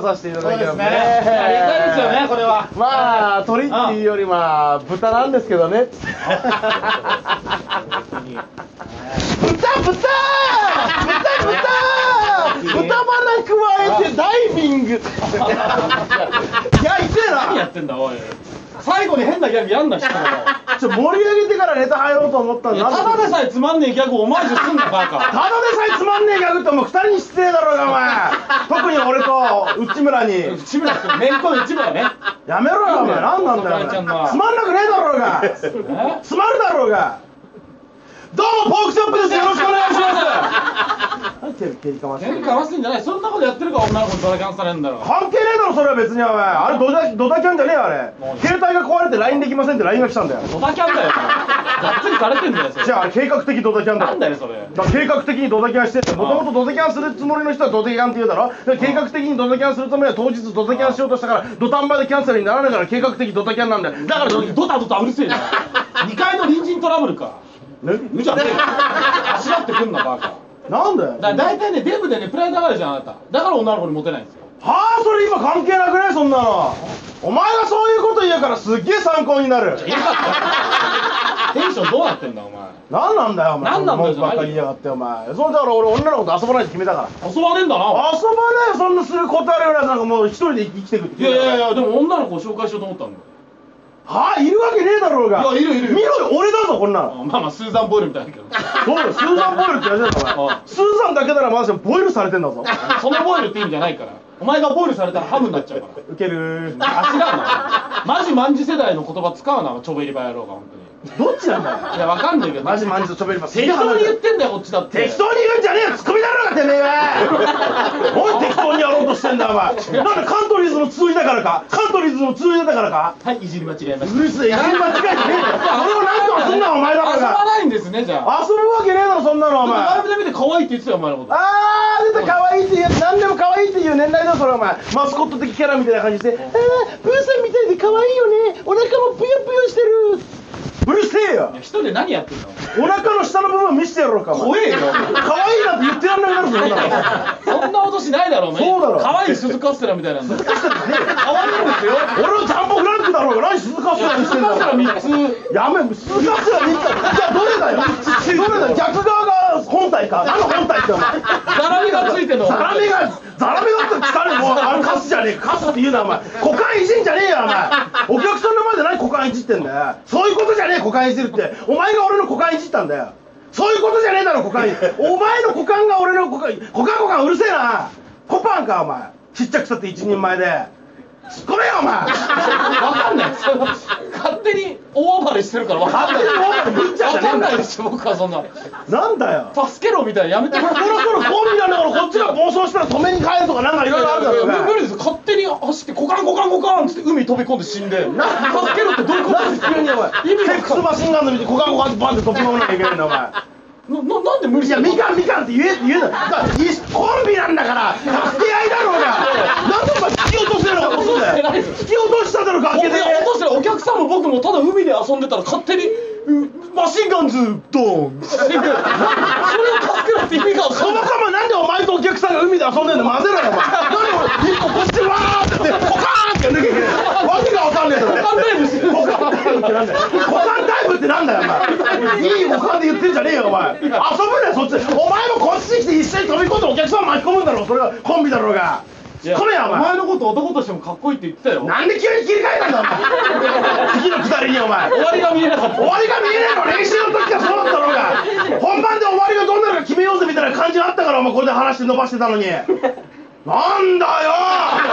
させていただいてますね。ありがたいですよね、これは。まあ、鳥っていうよりまあ、豚なんですけどね。豚豚豚豚バラ加えてダイビング。いや、 いてえ何やなっ。てんだ、おい。最後に変なギャグやんな、人の。ちょ、盛り上げてからネタ入ろうと思ったいのやにただでさえつまんねえギャグをオマージュすんな、バたカ。だでさえつまんねえギャグってもう二人に失礼だろうがお前特に俺と内村に内村君、めんこの内村ね。やめろよお前何なんだよお前ちゃんのつまんなくねえだろうがえつまるだろうがどうもポークショップですよろしくお願いします何手蹴りかまして喧る嘩らすんじゃない。そんなことやってるから女の子にドラキャンされんだろ。関係ねえだろそれは別にお前あれドタドタキャンじゃねえよあれ携帯が壊れて LINE できませんって LINE が来たんだよドタキャンだよ、お前がっつりされてんだよ、それ。じゃああれ計画的ドタキャンだなんだよよ、それ。だから計画的にドタキャンしてってもともとドタキャンするつもりの人はドタキャンって言うだろで計画的にドタキャンするためには当日ドタキャンしようとしたからドタンバでキャンセルにならないから計画的ドタキャンなんだよだだかかららドドタキャンタドタうるせえな2階の隣人トラブルかねうじゃねえよ足だってくんなバカなんだよだ大体ねデブでねプライドがあるじゃんあなただから女の子にモテないんですよはあそれ今関係なくないそんなのお前がそういうこと言うからすっげえ参考になるテンションどうなってんだお前何なんだよお前何なんだ文よ句ばっかり言いやがってお前それだから俺女の子と遊ばないって決めたから遊ばねえんだなお前遊ばないよそんなすることあるようななんかもう一人で生きてくっていやいやいやでも女の子を紹介しようと思ったんだよはあいるわけねえだろうがいやいるいるいる見ろよ俺だぞこんなのあまあまあスーザン・ボイルみたいだけどそうだよスーザン・ボイルってやつだろお前ああスーザンだけならまだしもボイルされてんだぞそのボイルって意味じゃないからお前がボイルされたらハムになっちゃう からウケる足だなお前マジマンジ世代の言葉使うなちょべりばやろうが本当に どっちなんだいよやわかんないけどマジマンジと喋ります適当に言ってんだよこっちだって適当に言うんじゃねえよツッコミだろうがてめえは おい適当にやろうとしてんだお前なんでカントリーズの通じだからかカントリーズの通じだからかはいいじり間違えましたうるせえ一瞬間違 えてねえよ俺を何とかすんなお前だから遊ばないんですねじゃあ遊ぶわけねえだろそんなのお前ライブで見て可愛いって言ってたよお前のことあー出た可愛いっていう何でも可愛いっていう年代だよそれお前マスコット的キャラみたいな感じであープーさんみたいで可愛いよねお腹もぷよぷよしてるうるせえよいや一人で何やってんだお腹の下の部分見せてやろうかお前怖えよ可愛いなんて言ってやんなくなるぞそんなのそんな脅しないだろお前そうだろ可愛い鈴カステラみたいなんだよカステラねえよ可愛いんですよ俺のジャンボフランクだろうが何鈴カステラにして 鈴んだカステラろ3つやめ鈴カステラにしたじゃあどれだよどれだよ逆側が本体か何の本体ってお前ザラメがついてんのザラメがザラメがって疲れるもうあれカスじゃねえカスって言うなお前股間いじんじゃねえよお前お客さんの前で何股間いじってんだよそういうことじゃねえ股間いじるってお前が俺の股間いじったんだよそういうことじゃねえだろ股間お前の股間が俺の股間股間股間うるせえなコパンかお前ちっちゃくさって一人前で突っ込めよお前わかんないその勝手に大暴れしてるからわかんない勝手に大暴れ見ちゃうじゃねえわかんんだよないでしょ僕はそんななんだよ助けろみたいなのやめてそもらってろそろコンビなのからこっちが暴走したら止めに帰るとかなんかいろいろあるだろうが無理です勝手に走ってコカンコカンコカンっつって海飛び込んで死んで助けろってどういうことですか急にお前意味セがックスマシンガンの見て股間股間ってバンって突き込まなきゃいけないんだお前なななんで無理いしてや、んのみかんみかんって言え、言うな。だからいコンビなんだから、助け合いだろうが。なんでお前突き落とせろ、そうだよ。突き落としただろ、僕崖で。が落としたらお客さんも僕もただ海で遊んでたら勝手にうマシンガンズドーンそれを助けろって意味が分かそんなもいそもなんでお前とお客さんが海で遊んでんの混ぜろよ、お前。なんで俺、一個こっちわーってやって、ポカーンってやんなきゃいけない。わけがわかんねえだろ。分かんないですよ股間タイムってなんだよ股間タイムってなんだよお前いい股間で言ってんじゃねえよお前遊ぶなよそっちお前もこっちに来て一緒に飛び込んでお客さんを巻き込むんだろそれはコンビだろうが突っ込めよおお前前のこと男としてもかっこいいって言ってたよなんで急に切り替えたんだお前次のくだりにお前終わりが見えなかっ終たわりが見えないの練習の時からそうだったろうが本番で終わりがどうなるか決めようぜみたいな感じがあったからお前これで話して伸ばしてたのになんだ荒井中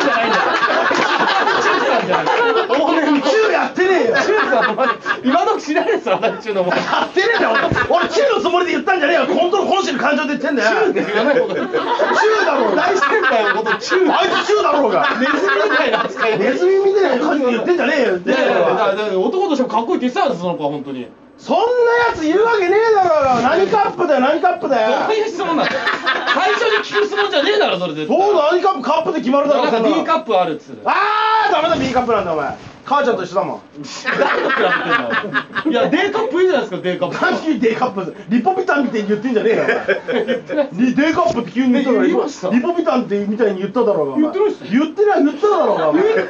じゃないんだよ荒井中さんじゃないお前よ中やってねえよ中さんお前今時知らないですよ荒井中のお前やってねえんだよ俺俺中のつもりで言ったんじゃねえよ本当の本心の感情で言ってんだよ中言わないこと言ってだろうが大先輩のこと中あいつ中だろうがネズミみたいな扱いネズミみたいな感じで言ってんじゃねえよいやいやいやだからだから男としてもかっこいいって言ってたんですその子は本当にそんなやついるわけねえだろうが何カップだよ何カップだよどういう質問なんだよ最初に聞く質問じゃねえだろそれ絶対そうだ、何カップカップで決まるだろ、なんそんかな B カップあるっつうのあー、ダメだ、B カップなんだ、お前。母ちゃんと一緒だもん。誰と比べてんだよいや D カップいいじゃないですかデーカップ何急にデーカップリポビタンみたいに言ってんじゃねえよお前リデーカップって急に言ったからえ言いましたリポビタンってみたいに言っただろうがお前言ってないっす言ってない言っただろうがお前な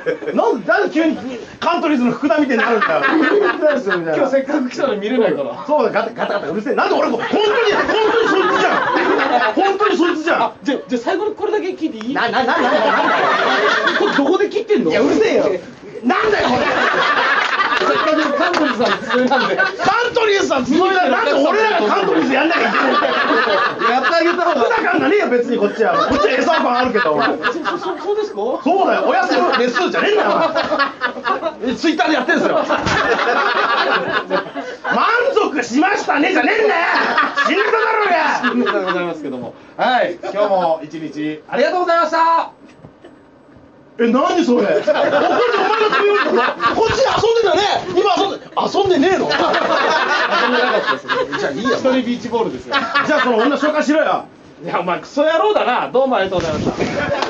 んでなんで急にカントリーズの福田みたいになるんだ よ言ってないっすよみたい今な日せっかく来たのに見れないからそうだガタガタガタうるせえなんで俺も本当に本当にそいつじゃん本当にそいつじゃんじゃじゃ最後にこれだけ聞いていいなななななんだよこれどこで切ってんのいやうるせえよなんだよこれせっかくカントリーさんの爪なんでカントリーズさんつもりだなんで俺らがカントリーズやんなきゃいけないんだよやってあげた方普段感がねえよ別にこっちはこっちは餌感あるけどお前そそそそうですかそうだよ、お休みのレッスンじゃねえんだよお前。ツイッターでやってんすよ。満足しましたねじゃねえんだよ。死んだだろうが。ということでございますけどもはい、今日も一日ありがとうございました。え、なにそれ。こ っちお前が強いんだぞ。こっちで遊んでたね。今遊んで、遊んでねえの。 遊んでなかったですじゃあいいや一人ビーチボールですよじゃあ、その女紹介しろよ。いやお前クソ野郎だなどうもありがとうございました